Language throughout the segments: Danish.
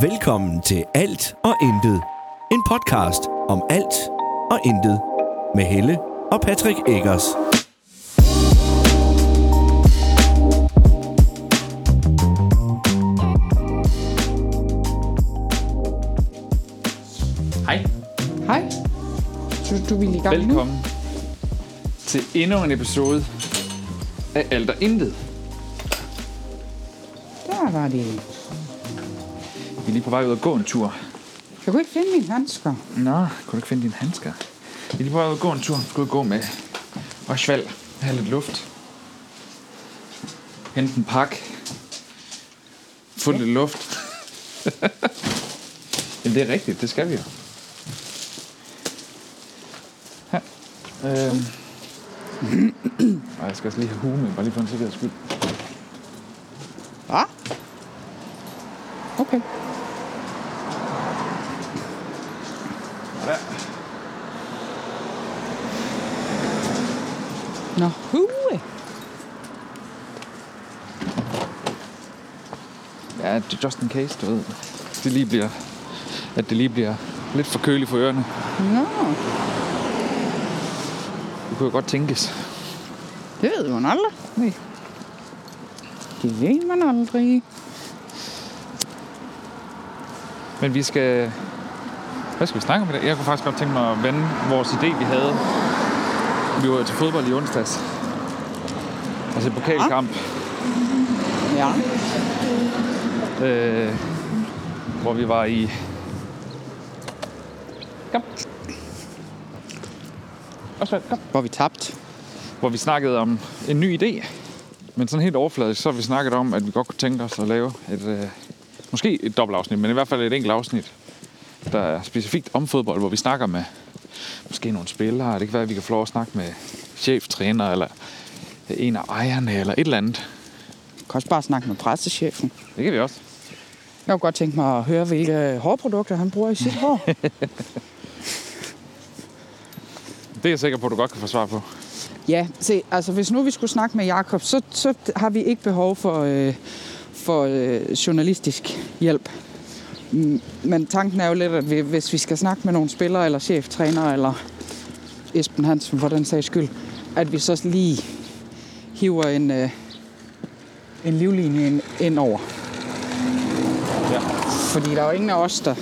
Velkommen til Alt og Intet. En podcast om alt og intet. Med Helle og Patrick Eggers. Hej, Hej. Du, du vil i gang velkommen til endnu en episode af Alt og Intet. nu? Der var det. Vi er lige på vej ud at gå en tur. Jeg kunne ikke finde mine handsker. Nå, kunne du ikke finde dine handsker? Vi er lige på vej ud at gå en tur. Vi skal ud og gå med og svalg. Have lidt luft. Hente en pakke. Få lidt luft. Jamen, det er rigtigt. Det skal vi jo. Her. Øhm. Ej, jeg skal også lige have hue med, bare lige for en sikkerheds skyld. Hva? Okay. Nå, hue. Ja, det er just in case, du ved. Det lige bliver, at det lige bliver lidt for køligt for ørerne. Nå, Det kunne jo godt tænkes. det ved man aldrig. Nej. Det ved man aldrig. Men vi skal... Hvad skal vi snakke om i dag? Jeg kunne faktisk godt tænke mig at vende vores idé, vi havde. Vi var til fodbold i onsdags. Altså en pokalkamp, Ja. øh, hvor vi var i... Kom. Også, kom. Hvor vi tabt. hvor vi snakkede om en ny idé. Men sådan helt overfladisk, så har vi snakket om, at vi godt kunne tænke os at lave et, øh, måske et dobbeltafsnit, men i hvert fald et enkelt afsnit, der er specifikt om fodbold, hvor vi snakker med måske nogle spillere. Det kan være, at vi kan få lov at snakke med cheftræner, eller en af ejerne, eller et eller andet. Jeg kan også bare snakke med pressechefen. Det kan vi også. Jeg kunne godt tænke mig at høre, hvilke hårprodukter han bruger i sit hår. Det er jeg sikker på, at du godt kan få svar på. Ja, se, altså hvis nu vi skulle snakke med Jakob, så, så har vi ikke behov for, øh, for øh, journalistisk hjælp. Mm, Men tanken er jo lidt, at vi, hvis vi skal snakke med nogle spillere, eller cheftræner, eller Esben Hansen for den sags skyld, at vi så lige hiver en, øh, en livlinje ind, ind over. Ja. Fordi der er jo ingen af os, der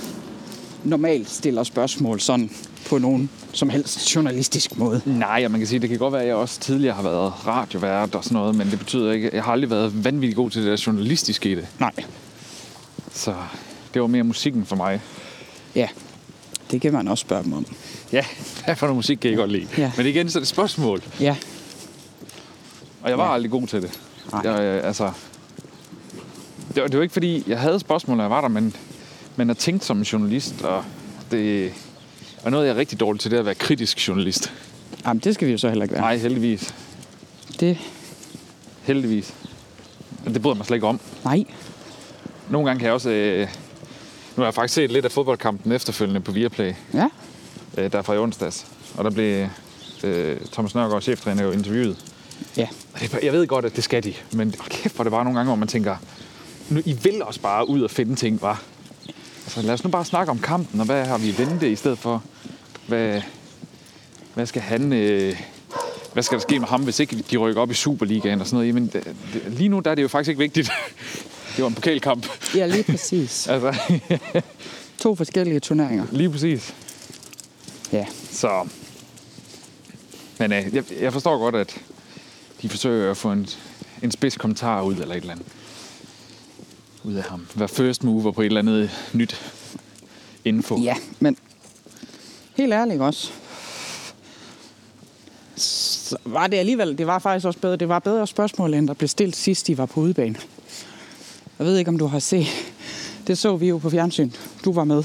normalt stiller spørgsmål sådan på nogen som helst journalistisk måde. Nej, og man kan sige, det kan godt være, at jeg også tidligere har været radiovært og sådan noget, men det betyder ikke, jeg har aldrig været vanvittig god til det der journalistiske i det. Nej. Så det var mere musikken for mig. Ja, det kan man også spørge dem om. Ja, hvad for noget musik kan jeg godt lide? Ja. Men igen, så er det et spørgsmål. Ja, Og jeg var ja. aldrig god til det. Nej. Jeg, øh, altså, det, var, det var ikke fordi, jeg havde spørgsmål, når jeg var der, men, men at tænke som journalist, og det og noget, jeg er rigtig dårlig til, det er at være kritisk journalist. Jamen, det skal vi jo så heller ikke Ja. være. Nej, heldigvis. Det, Heldigvis. Men Det bryder jeg mig slet ikke om. nej. Nogle gange kan jeg også... Øh, nu har jeg faktisk set lidt af fodboldkampen efterfølgende på Viaplay, Ja, øh, der er fra i onsdags. Og der blev øh, Thomas Nørgaard, cheftræner, jo interviewet. ja. Og det, er bare- jeg ved godt, at det skal de, men hold kæft, hvor er det bare nogle gange, hvor man tænker, nu, I vil også bare ud og finde ting, var. Altså, lad os nu bare snakke om kampen, og hvad har vi i vente, i stedet for, hvad, hvad skal han... Øh, hvad skal der ske med ham, hvis ikke de rykker op i Superligaen og sådan noget? Jamen, det, det, lige nu der er det jo faktisk ikke vigtigt. Det var en pokalkamp. Ja, lige præcis. Altså, To forskellige turneringer. lige præcis. Ja. Så... Men øh, jeg, jeg forstår godt, at de forsøger at få en, en spids kommentar ud eller et eller andet. Ud af ham. Være first mover på et eller andet nyt info. Ja, men helt ærligt også. Så var det alligevel, det var faktisk også bedre, det var bedre spørgsmål, end der blev stillet sidst, de var på udebane. Jeg ved ikke, om du har set. Det så vi jo på fjernsyn. Du var med.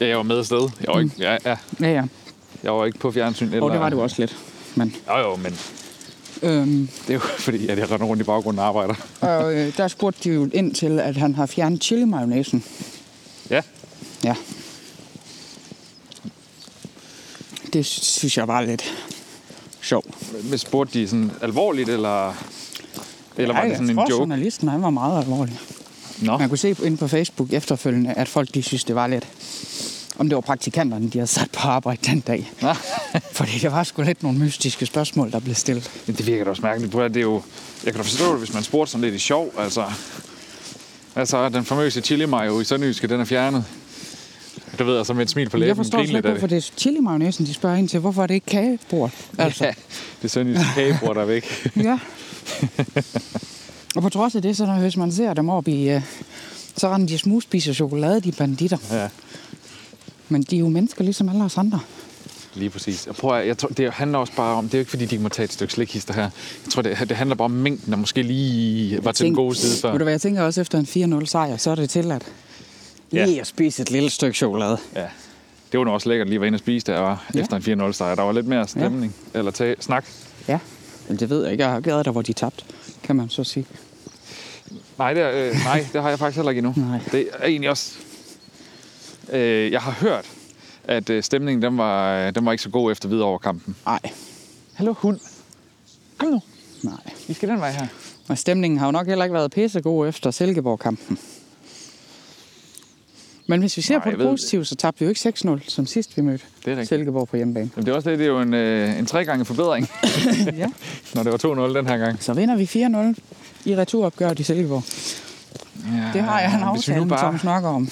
Ja, jeg var med afsted. Jeg var, ikke, ja, ja, Ja, ja. jeg var ikke på fjernsyn. Eller, Og Mm. det var du også lidt. Men, Jo, jo, men øhm, det er jo fordi, at jeg render rundt i baggrunden og arbejder. og øh, der spurgte de jo ind til, at han har fjernet chili mayonnaisen. Ja, Ja. Det synes jeg var lidt sjovt. men spurgte de sådan alvorligt, eller... Eller var Ej, det sådan jeg en tror, joke? journalisten han var meget alvorlig. Nå, Man kunne se på- inde på Facebook efterfølgende, at folk de synes, det var lidt... Om det var praktikanterne, de havde sat på arbejde den dag. Nå. Fordi der var sgu lidt nogle mystiske spørgsmål, der blev stillet. Men det virker da også mærkeligt. Prøv at høre, Det er jo, jeg kan da forstå det, hvis man spurgte sådan lidt i sjov. Altså, altså den famøse chili mayo i Sønderjyske, den er fjernet. Du ved, altså med et smil på læben. jeg forstår grine slet ikke, af hvorfor det er chili magnesen, de spørger ind til. Hvorfor er det ikke kagebord? Altså, Ja, det er sønderjyske kagebord, der er væk. ja. Og på trods af det, så når, hvis man ser dem op i... øh, Så render de smugspiser chokolade, de banditter. Ja, Men de er jo mennesker, ligesom alle os andre. lige præcis. Og prøv at, jeg tror, det handler også bare om, det er jo ikke fordi, de må tage et stykke slikhister her. Jeg tror, det, det handler bare om mængden, der måske lige var til den Tænk- gode side før. Ved du hvad, jeg tænker også efter en 4-0 sejr, så er det tilladt. Ja. Lige at spise et lille stykke chokolade. Ja. Det var nu også lækkert lige at være inde og spise, der var Ja. ja. efter en 4-0-sejr. Der var lidt mere stemning, ja. eller tage, snak. Ja, men det ved jeg ikke. Jeg har ikke været der, hvor de tabte, kan man så sige. Nej det, er, øh, nej, det har jeg faktisk heller ikke endnu. Nej. Det er egentlig også... Øh, jeg har hørt, at øh, stemningen den var, øh, den var ikke så god efter videre over kampen. Nej, Hallo hund. Kom nu, nej. vi skal den vej her. Og stemningen har jo nok heller ikke været pissegod efter Silkeborg-kampen. Men hvis vi ser Nej, Nej, på jeg det ved det. positive, så tabte vi jo ikke 6-0, som sidst vi mødte Det er rigtigt. Silkeborg på hjemmebane. Jamen, det er også det, det er jo en, øh, en tre gange forbedring, ja. når det var 2-0 den her gang. Så vinder vi 4-0 i returopgøret i Silkeborg. Ja, Det har jeg en Ah, hvis vi aftale nu med Thomas Nørgaard om.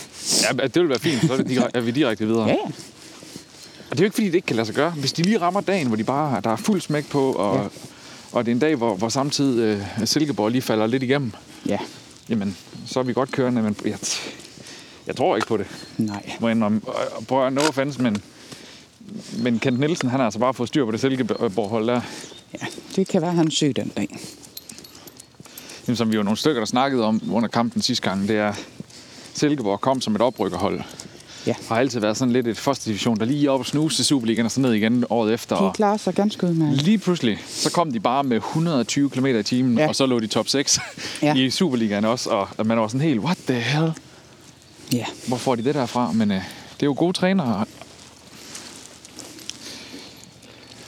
Ja, det ville være fint, så er, det direkte, er vi direkte videre. Ja, ja. Og det er jo ikke, fordi det ikke kan lade sig gøre. Hvis de lige rammer dagen, hvor de bare der er fuld smæk på, og, ja. og det er en dag, hvor, hvor samtidig øh, Silkeborg lige falder lidt igennem, Ja, jamen, så er vi godt kørende, men jeg, jeg tror ikke på det. nej. Må jeg indrømme. Og- og Prøv at no offense, men, men Kent Nielsen, han har altså bare fået styr på det Silkeborg-hold der, Ja, det kan være, han er syg den dag. Jamen, som vi jo er nogle stykker, der snakkede om under kampen sidste gang. Det er, Silkeborg kom som et oprykkerhold. Ja. Har altid været sådan lidt et første division, der lige er oppe og snuse til Superligaen og så ned igen året efter. De Og klarer sig ganske udmærket. Lige pludselig, så kom de bare med 120 km i timen, Ja. ja. og så lå de top 6 Ja. ja. i Superligaen også. Og man var sådan helt, what the hell? Ja, Hvor får de det der fra? Men øh, det er jo gode trænere. og-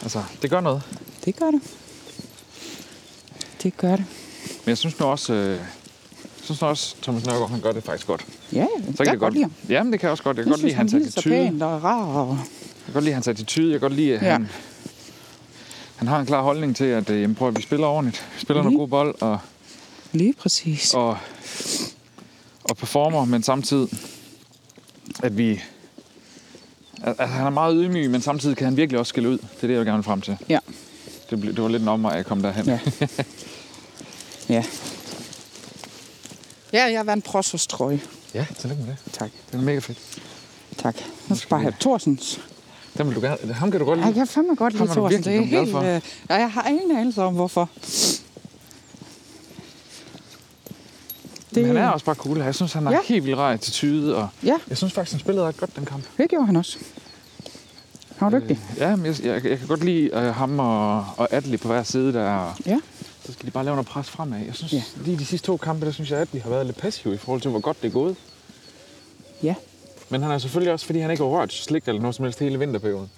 Altså, det gør noget. det gør det. Det gør det. Men jeg synes nu også, øh, jeg synes nu også Thomas Nørgaard, han gør det faktisk godt. Så Ja, kan jeg det godt. lide ham. Jamen, det kan jeg også godt. Jeg kan godt lide hans Jeg synes, attitude. han hilser Jeg pænt og er rar. Og... kan godt lide hans attitude. Jeg kan godt lide, at Ja. han, han har en klar holdning til, at øh, jamen, prøv, at vi spiller ordentligt. Vi spiller mm. Mhm. noget god bold, og Lige præcis. og, og performer, men samtidig, at vi... At, at han er meget ydmyg, men samtidig kan han virkelig også skille ud. Det er det, jeg vil gerne frem til. Ja, Det, blev, det var lidt en omvej, at jeg kom derhen. ja. ja. Ja, jeg vandt Prossers trøje. ja tillykke med det. Tak. Det er mega fedt. Tak. Nu skal jeg bare have Thorsens. Den vil du gerne, ham kan du godt Ej, jeg lide. kan fandme godt Ham lide er du Thorsens. Det er virkelig blevet glad helt... for. Øh, ja, jeg har ingen anelse om, hvorfor. Det... Men han er også bare cool. Jeg synes, han har Ja. ja. helt vildt rar attitude. Og Ja, jeg synes faktisk, han spillede ret godt den kamp. det gjorde han også. Han Øh. var dygtig. Ja, men jeg, jeg, jeg kan godt lide øh, ham og, og Adli på hver side der. og Ja. Så skal de bare lave noget pres fremad. Jeg synes, Ja. ja. lige de sidste to kampe, der synes jeg, at vi har været lidt passive i forhold til, hvor godt det er gået. Ja. Men han er selvfølgelig også, fordi han ikke har rørt slik eller noget som helst hele vinterperioden,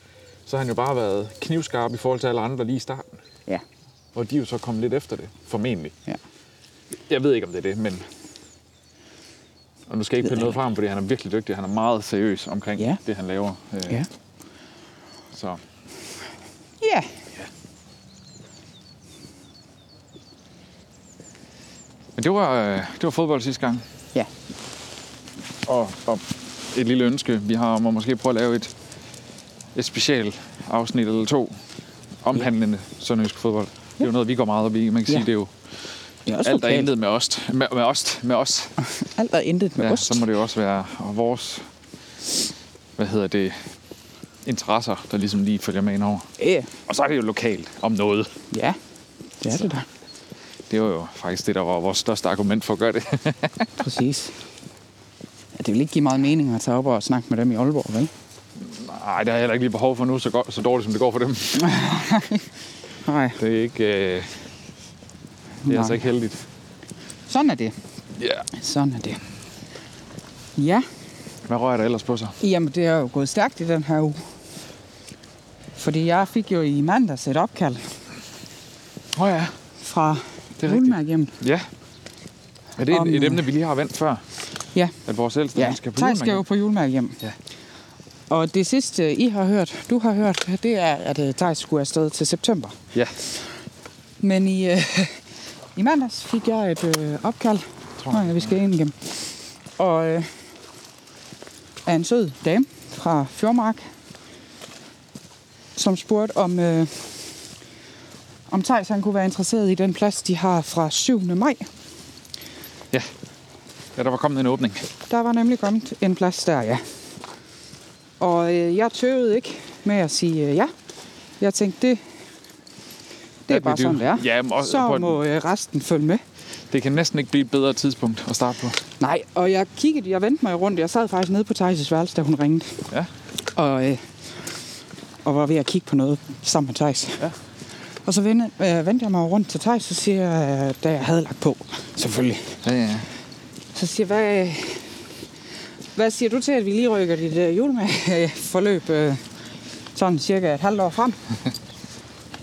så har han jo bare været knivskarp i forhold til alle andre lige i starten. Ja. Og de er jo så kommet lidt efter det, formentlig. Ja. Jeg ved ikke, om det er det, men... Og nu skal jeg ikke pille noget fra ham, fordi han er virkelig dygtig. Han er meget seriøs omkring Ja. ja. det, han laver. Øh, Ja. Så Ja. Men det var, øh, det var fodbold sidste gang. Ja. Og, og et lille ønske, vi har om at måske prøve at lave et, et special afsnit eller to omhandlende sønderjysk fodbold. Det er jo noget, vi går meget op i. Man kan Ja. sige, det er jo Det er også alt, der er lokalt. intet med os. Med, med os. Med os. Alt er intet med Ja, ost. så må det jo også være og vores, hvad hedder det, interesser, der ligesom lige følger med ind over. Ja. Og så er det jo lokalt om noget. Ja, det er det da. Det var jo faktisk det, der var vores største argument for at gøre det. Præcis. Ja, det vil ikke give meget mening at tage op og snakke med dem i Aalborg, vel? Nej, det har jeg heller ikke lige behov for nu, så, godt, så dårligt som det går for dem. Nej. Det er ikke... Øh, det er altså ikke heldigt. Sådan er det. Ja. Sådan er det. Ja, Hvad rører der ellers på sig? jamen det er jo gået stærkt i den her uge. Fordi jeg fik jo i mandags et opkald Åh oh, ja. fra er rigtigt. Rulmærk hjem. Ja. Er det et, Om, et øh, emne, vi lige har vendt før? Ja. At vores ældste Ja, han skal på Thijs skal jo julemærke? på julemærke hjem. Ja. Og det sidste, I har hørt, du har hørt, det er, at øh, Thijs skulle afsted til september. Ja, Men i, øh, i mandags fik jeg et øh, opkald, tror jeg, vi skal ind igen. Og øh, af en sød dame fra Fjordmark, som spurgte om, øh, om Thijs han kunne være interesseret i den plads, de har fra 7. maj. ja. Ja, der var kommet en åbning. Der var nemlig kommet en plads der, ja. Og øh, jeg tøvede ikke med at sige øh, ja. Jeg tænkte, det, det That we er bare do. sådan, det er. Ja, men også på Så en- må øh, resten følge med. Det kan næsten ikke blive et bedre tidspunkt at starte på. Nej, og jeg kiggede, jeg vendte mig rundt. Jeg sad faktisk nede på Thijs' værelse, da hun ringede. Ja, Og, øh, og var ved at kigge på noget sammen med Thijs. Ja. Og så vendte, øh, vendte jeg mig rundt til Thijs, og siger, jeg, øh, da jeg havde lagt på, selvfølgelig. ja, ja. ja. Så siger jeg, hvad, øh, hvad siger du til, at vi lige rykker dit øh, juleforløb øh, sådan cirka et halvt år frem?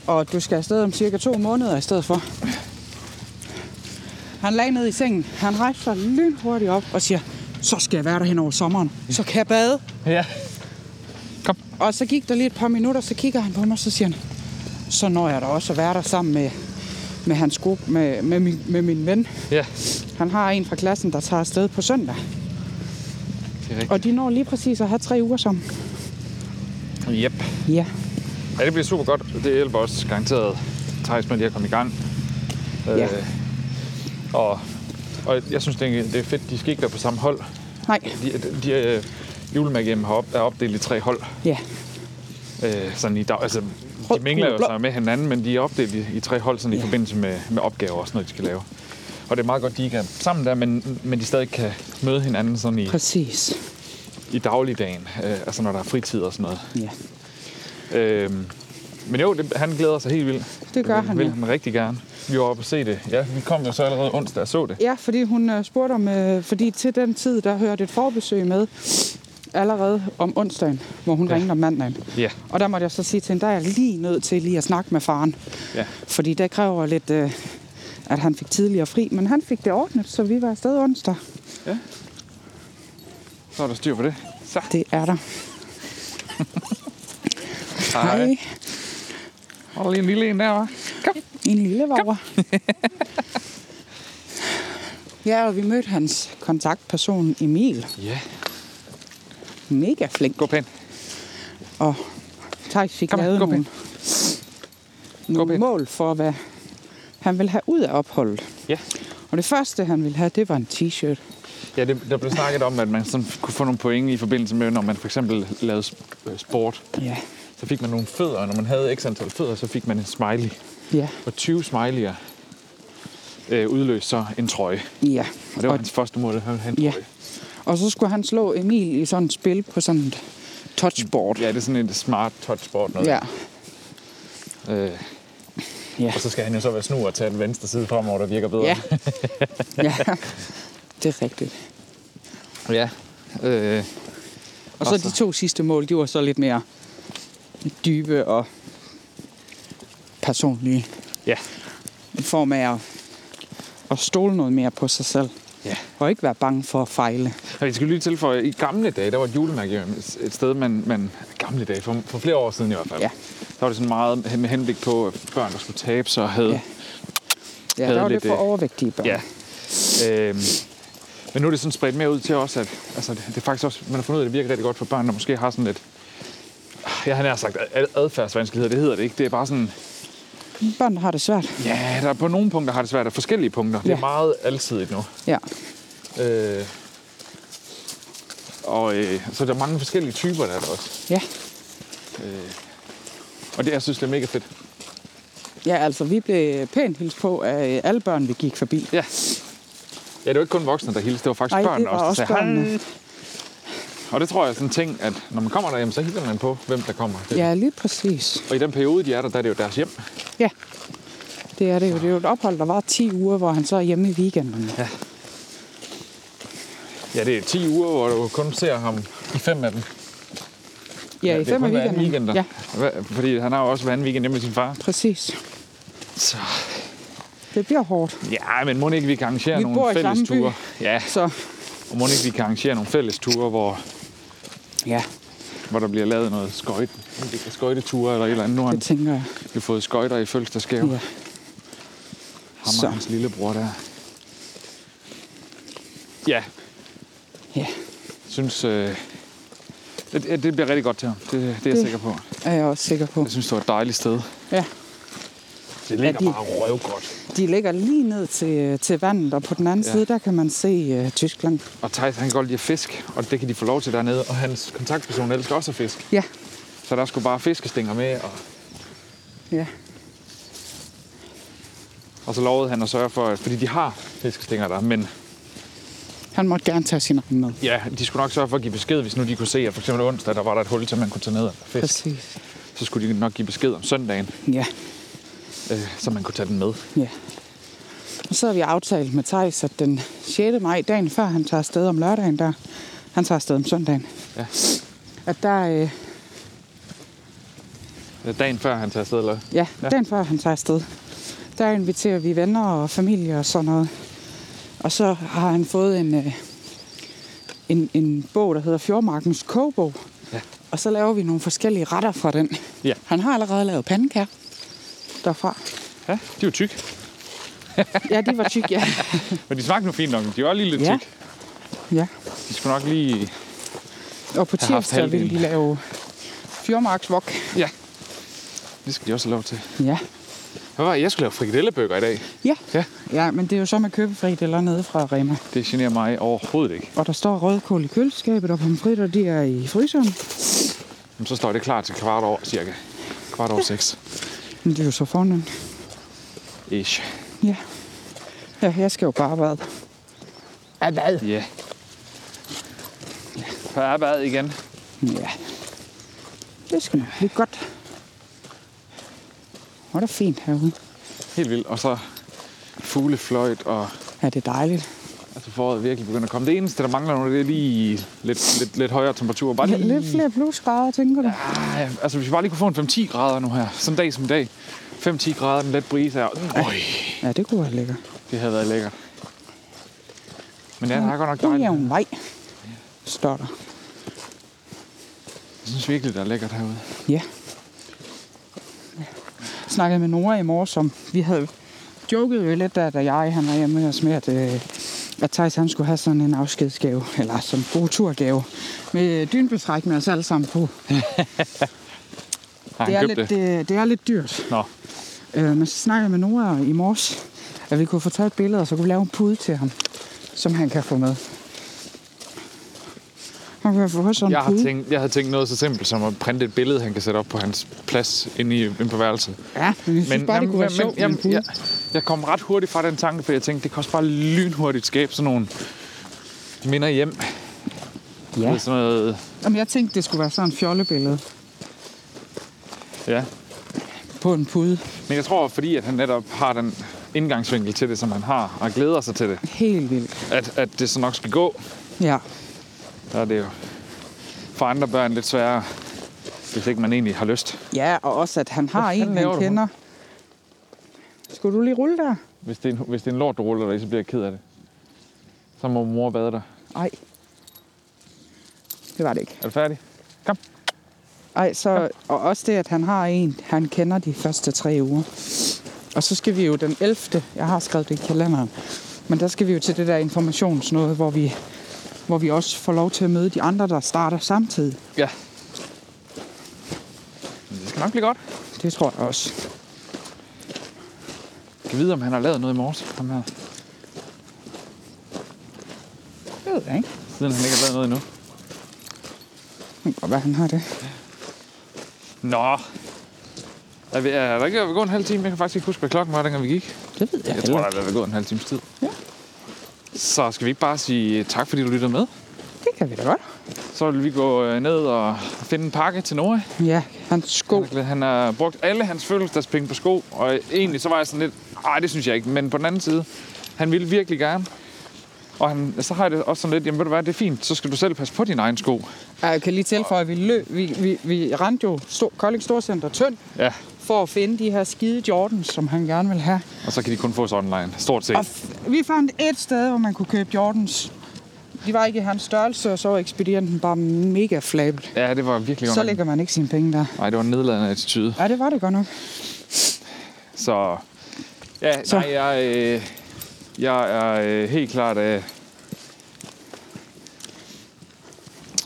og du skal afsted om cirka to måneder i stedet for. Han lagde ned i sengen. Han rejste sig lynhurtigt op og siger, så skal jeg være der hen over sommeren. Så kan jeg bade. ja. Kom. Og så gik der lige et par minutter, så kigger han på mig, så siger han, så når jeg da også at være der sammen med, med hans gruppe, med, med, min, med min ven. Ja, Han har en fra klassen, der tager afsted på søndag. det er rigtigt. Og de når lige præcis at have tre uger sammen. Yep. Ja. Ja, det bliver super godt. Det hjælper også garanteret Thijs med lige at komme i gang. Øh, Ja. og, og jeg synes, det er, det er fedt. De skal ikke være på samme hold. Nej. De, de, de øh, julemærkehjem har op, er opdelt i tre hold. Ja. Øh, sådan i dag, altså, Rød, de mingler gul, jo blå. sig med hinanden, men de er opdelt i, i tre hold sådan i Ja. forbindelse med, med opgaver og sådan noget, de skal lave. Og det er meget godt, de ikke er sammen der, men, men de stadig kan møde hinanden sådan i, Præcis. i dagligdagen. Øh, altså når der er fritid og sådan noget. Ja. Øh, men jo, det, han glæder sig helt vildt. Det gør han, vil ja. han rigtig gerne. Vi var oppe og se det. Ja, vi kom jo så allerede onsdag og så det. Ja, fordi hun øh, spurgte om, øh, fordi til den tid, der hørte et forbesøg med allerede om onsdagen, hvor hun ja. ringede om mandagen. Ja, Og der måtte jeg så sige til hende, der er jeg lige nødt til lige at snakke med faren. ja. Fordi det kræver lidt, øh, at han fik tidligere fri. Men han fik det ordnet, så vi var afsted onsdag. Så er der styr på det. Så. Det er der. Hej. Og der lige en lille en der, var. Kom. En lille vagre. ja, og vi mødte hans kontaktperson Emil. Ja. Mega flink. Gå pænt. Og Thijs fik Kom her, lavet gå nogle, nogle pænt. mål for, hvad han ville have ud af opholdet. Ja. Og det første, han ville have, det var en t-shirt. Ja, det, der blev snakket om, at man sådan kunne få nogle point i forbindelse med, når man for eksempel lavede sp- øh, sport. Ja. Så fik man nogle fødder, og når man havde x antal fødder, så fik man en smiley. Ja. Og 20 smiley'er øh, udløste så en trøje. Ja. Og det var hans første mål, at han havde en Ja. trøje. Og så skulle han slå Emil i sådan et spil på sådan et touchboard. Ja, det er sådan et smart touchboard noget. Ja. Øh, Ja. og så skal han jo så være snu og tage den venstre side fremover, der virker bedre. Ja. ja. Det er rigtigt. ja. Øh, Og så de to sidste mål, de var så lidt mere dybe og personlige. ja. I form af at, at stole noget mere på sig selv. Ja. Og ikke være bange for at fejle. Og jeg skal lige tilføje, i gamle dage, der var et julemærke et et sted, man, man gamle dage, for, for flere år siden i hvert fald, Ja. der var det sådan meget med henblik på at børn, der skulle tabe sig, havde... Ja. Ja, Havde der var lidt, det for øh, overvægtige børn. ja. Øhm, men nu er det sådan spredt mere ud til også, at altså, det, det er faktisk også, man har fundet ud af, at det virker rigtig godt for børn, der måske har sådan lidt... Jeg har nær sagt ad- adfærdsvanskeligheder, det hedder det ikke. Det er bare sådan, Børn der har det svært. ja, der er på nogle punkter har det svært, der er forskellige punkter. Det er Ja. meget alsidigt nu. Ja. Øh, og øh, så der er mange forskellige typer, der er der også. Ja. Og det, jeg synes, det er mega fedt. ja, altså vi blev pænt hilst på af alle børn, vi gik forbi. Ja. Ja, det var ikke kun voksne, der hilste. Det var faktisk Ej, børn det var også, også der sagde, børnene. "Hej." Og det tror jeg er sådan en ting, at når man kommer derhjem, så hilser man på, hvem der kommer. Det- Ja, lige præcis. Og i den periode, de er der, der er det jo deres hjem. Ja, det er det jo. Det er jo et ophold, der var 10 uger, hvor han så er hjemme i weekenden. Ja. Ja, det er 10 uger, hvor du kun ser ham i fem af dem. Ja, i det er fem kun af hver anden weekenden. weekend, der. Ja, Hva- Fordi han har jo også hver anden weekend hjemme med sin far. præcis. Så Det bliver hårdt. Ja, men må ikke vi kan arrangere Vi bor nogle i samme fælles by. ture? Ja, Så og må ikke vi kan arrangere nogle fælles ture, hvor, ja, hvor der bliver lavet noget skøjt, skøjteture eller et eller andet. Nu har det han tænker jeg. jo fået skøjter i fødselsdagsgave. Ja. Ja. Ham Så. og hans lillebror der. Ja, ja, synes... Øh, det, det det bliver rigtig godt til ham. Det, det er jeg Det- sikker på. er jeg også sikker på. Jeg synes, det var et dejligt sted. Ja. Det ligger de- bare røvgodt. De ligger lige ned til, til vandet, og på den anden Ja. ja. side, der kan man se uh, Tyskland. Og Thijs, han kan godt lide at fisk, og det kan de få lov til dernede. Og hans kontaktperson elsker også at fisk. Ja, Så der skulle bare fiskestænger med, og, ja. og så lovede han at sørge for, at- fordi de har fiskestænger der, men Han måtte gerne tage sin egen med. ja, de skulle nok sørge for at give besked, hvis nu de kunne se, at for eksempel onsdag, der var der et hul, til man kunne tage ned og fisk. Præcis. Så skulle de nok give besked om søndagen, Ja, øh, så man kunne tage den med. ja. Og så har vi aftalt med Thijs, at den 6. maj, dagen før han tager afsted om lørdagen, der, han tager afsted om søndagen, Ja. at der, øh, Øh, Dagen før han tager afsted, eller? hvad? ja, Ja. ja, dagen før han tager afsted, der inviterer vi venner og familie og sådan noget. Og så har han fået en, øh, en, en bog, der hedder Fjordmarkens kogebog. Ja. Og så laver vi nogle forskellige retter fra den. Ja. Han har allerede lavet pandekær derfra. Ja, de var tykke. Ja, det var tyk, ja. Men de smagte nu fint nok. De var lige lidt Ja. tykke. ja. De skulle nok lige... Og på Jeg har haft tirsdag vil de halvdelen. lave fjordmarksvok. Ja. Det skal de også have lov til. Ja. Hvad var det? Jeg skulle lave frikadellebøger i dag. Ja. Ja. ja, men det er jo så med købefri eller nede fra Rema. Det generer mig overhovedet ikke. Og der står rødkål i køleskabet, og pomfritter de er i fryseren. Men så står det klar til kvart over, cirka. Kvart over seks. Men det er jo så fornemt. Ish. Ja. Ja, jeg skal jo bare arbejde. Arbejde? Ja. På arbejde igen. Ja. Det skal nok blive godt. Hvor er det fint herude. Helt vildt. Og så fuglefløjt, og Ja, det er dejligt. altså foråret virkelig begynder at komme. Det eneste, der mangler nu, det er lige lidt, lidt, lidt højere temperatur. Bare lige, Lidt, lidt flere plusgrader, tænker du? Ej, altså hvis vi bare lige kunne få en 5-10 grader nu her. Sådan en dag som i dag. 5-10 grader, en let brise her. Øj, Ja, det kunne være lækkert. det havde været lækkert. Men ja, det er godt nok dejligt. Ujævn vej, står der. Jeg synes virkelig, det er lækkert herude. Ja. Jeg snakkede med Nora i morges om, vi havde joket jo lidt, da, da jeg han var hjemme hos mig, at, øh, at Thijs han skulle have sådan en afskedsgave, eller sådan en god turgave, med dynbetræk med os alle sammen på. Har han Det er, købt lidt, øh, det? det, det er lidt dyrt. Nå, Øh, men så snakkede jeg med Nora i morges, at vi kunne få taget et billede, og så kunne vi lave en pude til ham, som han kan få med. Han kan få sådan en jeg, har pude. tænkt, jeg havde tænkt noget så simpelt som at printe et billede, han kan sætte op på hans plads inde, i, inde på værelset. Ja, men jeg synes bare, det kunne være sjovt med en pude. jeg, jeg kom ret hurtigt fra den tanke, for jeg tænkte, det kan også bare lynhurtigt skabe sådan nogle minder hjem. Ja. Eller Sådan noget, Jamen, jeg tænkte, det skulle være sådan en fjollebillede ja. på en pude. Men jeg tror, fordi at han netop har den indgangsvinkel til det, som han har, og glæder sig til det, Helt vildt. at, at det så nok skal gå, Ja, der er det jo for andre børn lidt sværere, hvis ikke man egentlig har lyst. ja og også, at han har Hvad fanden en, laver du, han mand? kender. Skulle du lige rulle der? Hvis det er en, hvis det er en lort, du ruller dig i, så bliver jeg ked af det. Så må mor bade dig. Nej. Det var det ikke. Er du færdig? Kom. Ej, så, og også det, at han har en, han kender de første tre uger. Og så skal vi jo den 11. Jeg har skrevet det i kalenderen. Men der skal vi jo til det der informationsnode, hvor vi, hvor vi også får lov til at møde de andre, der starter samtidig. Ja. Men Det skal nok blive godt. Det tror jeg også. Jeg kan vide, om han har lavet noget i morges, ham her. Det ved jeg ikke. Siden han ikke har lavet noget endnu. Det kan godt være, han har det. Nå. Er, vi, er der ikke ved at gå en halv time? Jeg kan faktisk ikke huske, hvad klokken var, dengang vi gik. Det ved jeg, Jeg tror, der er ved at gå en halv times tid. Ja. Så skal vi ikke bare sige tak, fordi du lytter med. Det kan vi da godt. Så vil vi gå øh, ned og finde en pakke til Nora. Ja, hans sko. Han er glad. Han har brugt alle hans fødselsdagspenge på sko, og egentlig så var jeg sådan lidt, nej, det synes jeg ikke, men på den anden side, han ville virkelig gerne. Og han, så har jeg det også sådan lidt, jamen ved du hvad, det er fint, så skal du selv passe på dine egne sko. Ej, Jeg kan lige tilføje, at vi, løb, vi, vi, vi rendte jo Stor, Kolding Storcenter tynd, Ja, for at finde de her skide Jordans, som han gerne vil have. Og så kan de kun fås online, stort set. Og f- vi fandt et sted, hvor man kunne købe Jordans. De var ikke i hans størrelse, og så var ekspedienten bare mega flabel. Ja, det var virkelig Så godt nok. lægger man ikke sine penge der. Nej, det var en nedladende attitude. Ja, det var det godt nok. Så ja, så. Så. nej, jeg, øh, jeg er øh, helt klart af,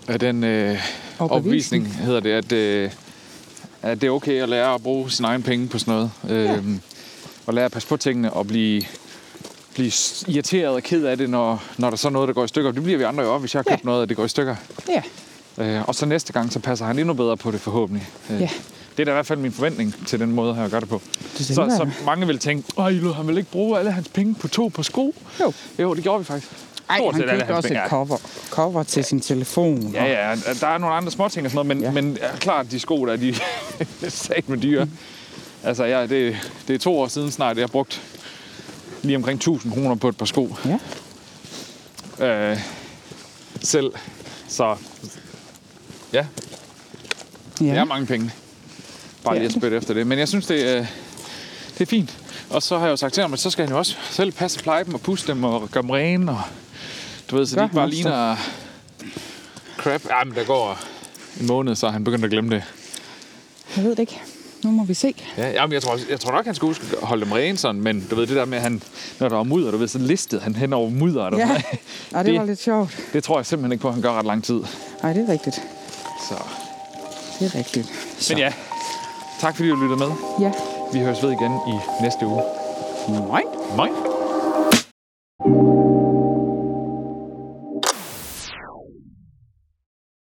af den øh, opvisning, hedder det, at, øh, at det er okay at lære at bruge sine egne penge på sådan noget. Øh, ja. Og lære at passe på tingene og blive, blive s- irriteret og ked af det, når, når der så er noget, der går i stykker. Det bliver vi andre jo også, hvis jeg har Ja. købt noget, og det går i stykker. Ja, Øh, og så næste gang, så passer han endnu bedre på det forhåbentlig. Øh, Ja. Det er da i hvert fald min forventning til den måde, her at gøre det på. det Så, tænker så jeg. mange vil tænke, at lod han vil ikke bruge alle hans penge på to på sko. Jo. Jo, det gjorde vi faktisk. Ej, Stort set han alle købte hans også penge, et ja. cover, cover til sin telefon. og- Ja, ja, der er nogle andre småting og sådan noget, men, ja. Ja. Mm. men ja, klart, de sko der, de er sat med dyre. Altså, ja, det, det er to år siden snart, jeg har brugt lige omkring 1000 kroner på et par sko ja. øh, selv. Så ja, Ja. Det er mange penge. Bare Det lige er at spytte efter det. Men jeg synes, det, øh, det er fint. Og så har jeg jo sagt til ham, at så skal han jo også selv passe og pleje dem og pusse dem og gøre dem rene. Og, du ved, så Gør de ikke bare han også ligner crap. Jamen, der går en måned, så er han begyndt at glemme det. Jeg ved det ikke. Nu må vi se. Ja, jamen, jeg, tror, jeg tror nok, han skulle huske at holde dem rene sådan, men du ved det der med, at han, når der var mudder, du ved, så listede han hen over mudder. Ja, Ja. Ej, det Det- var lidt sjovt. Det tror jeg simpelthen ikke på, at han gør ret lang tid. Nej, det er rigtigt. Så. Det er rigtigt. Så. Men ja, tak fordi du lyttede med. Ja. Vi høres ved igen i næste uge. Nej. Moin!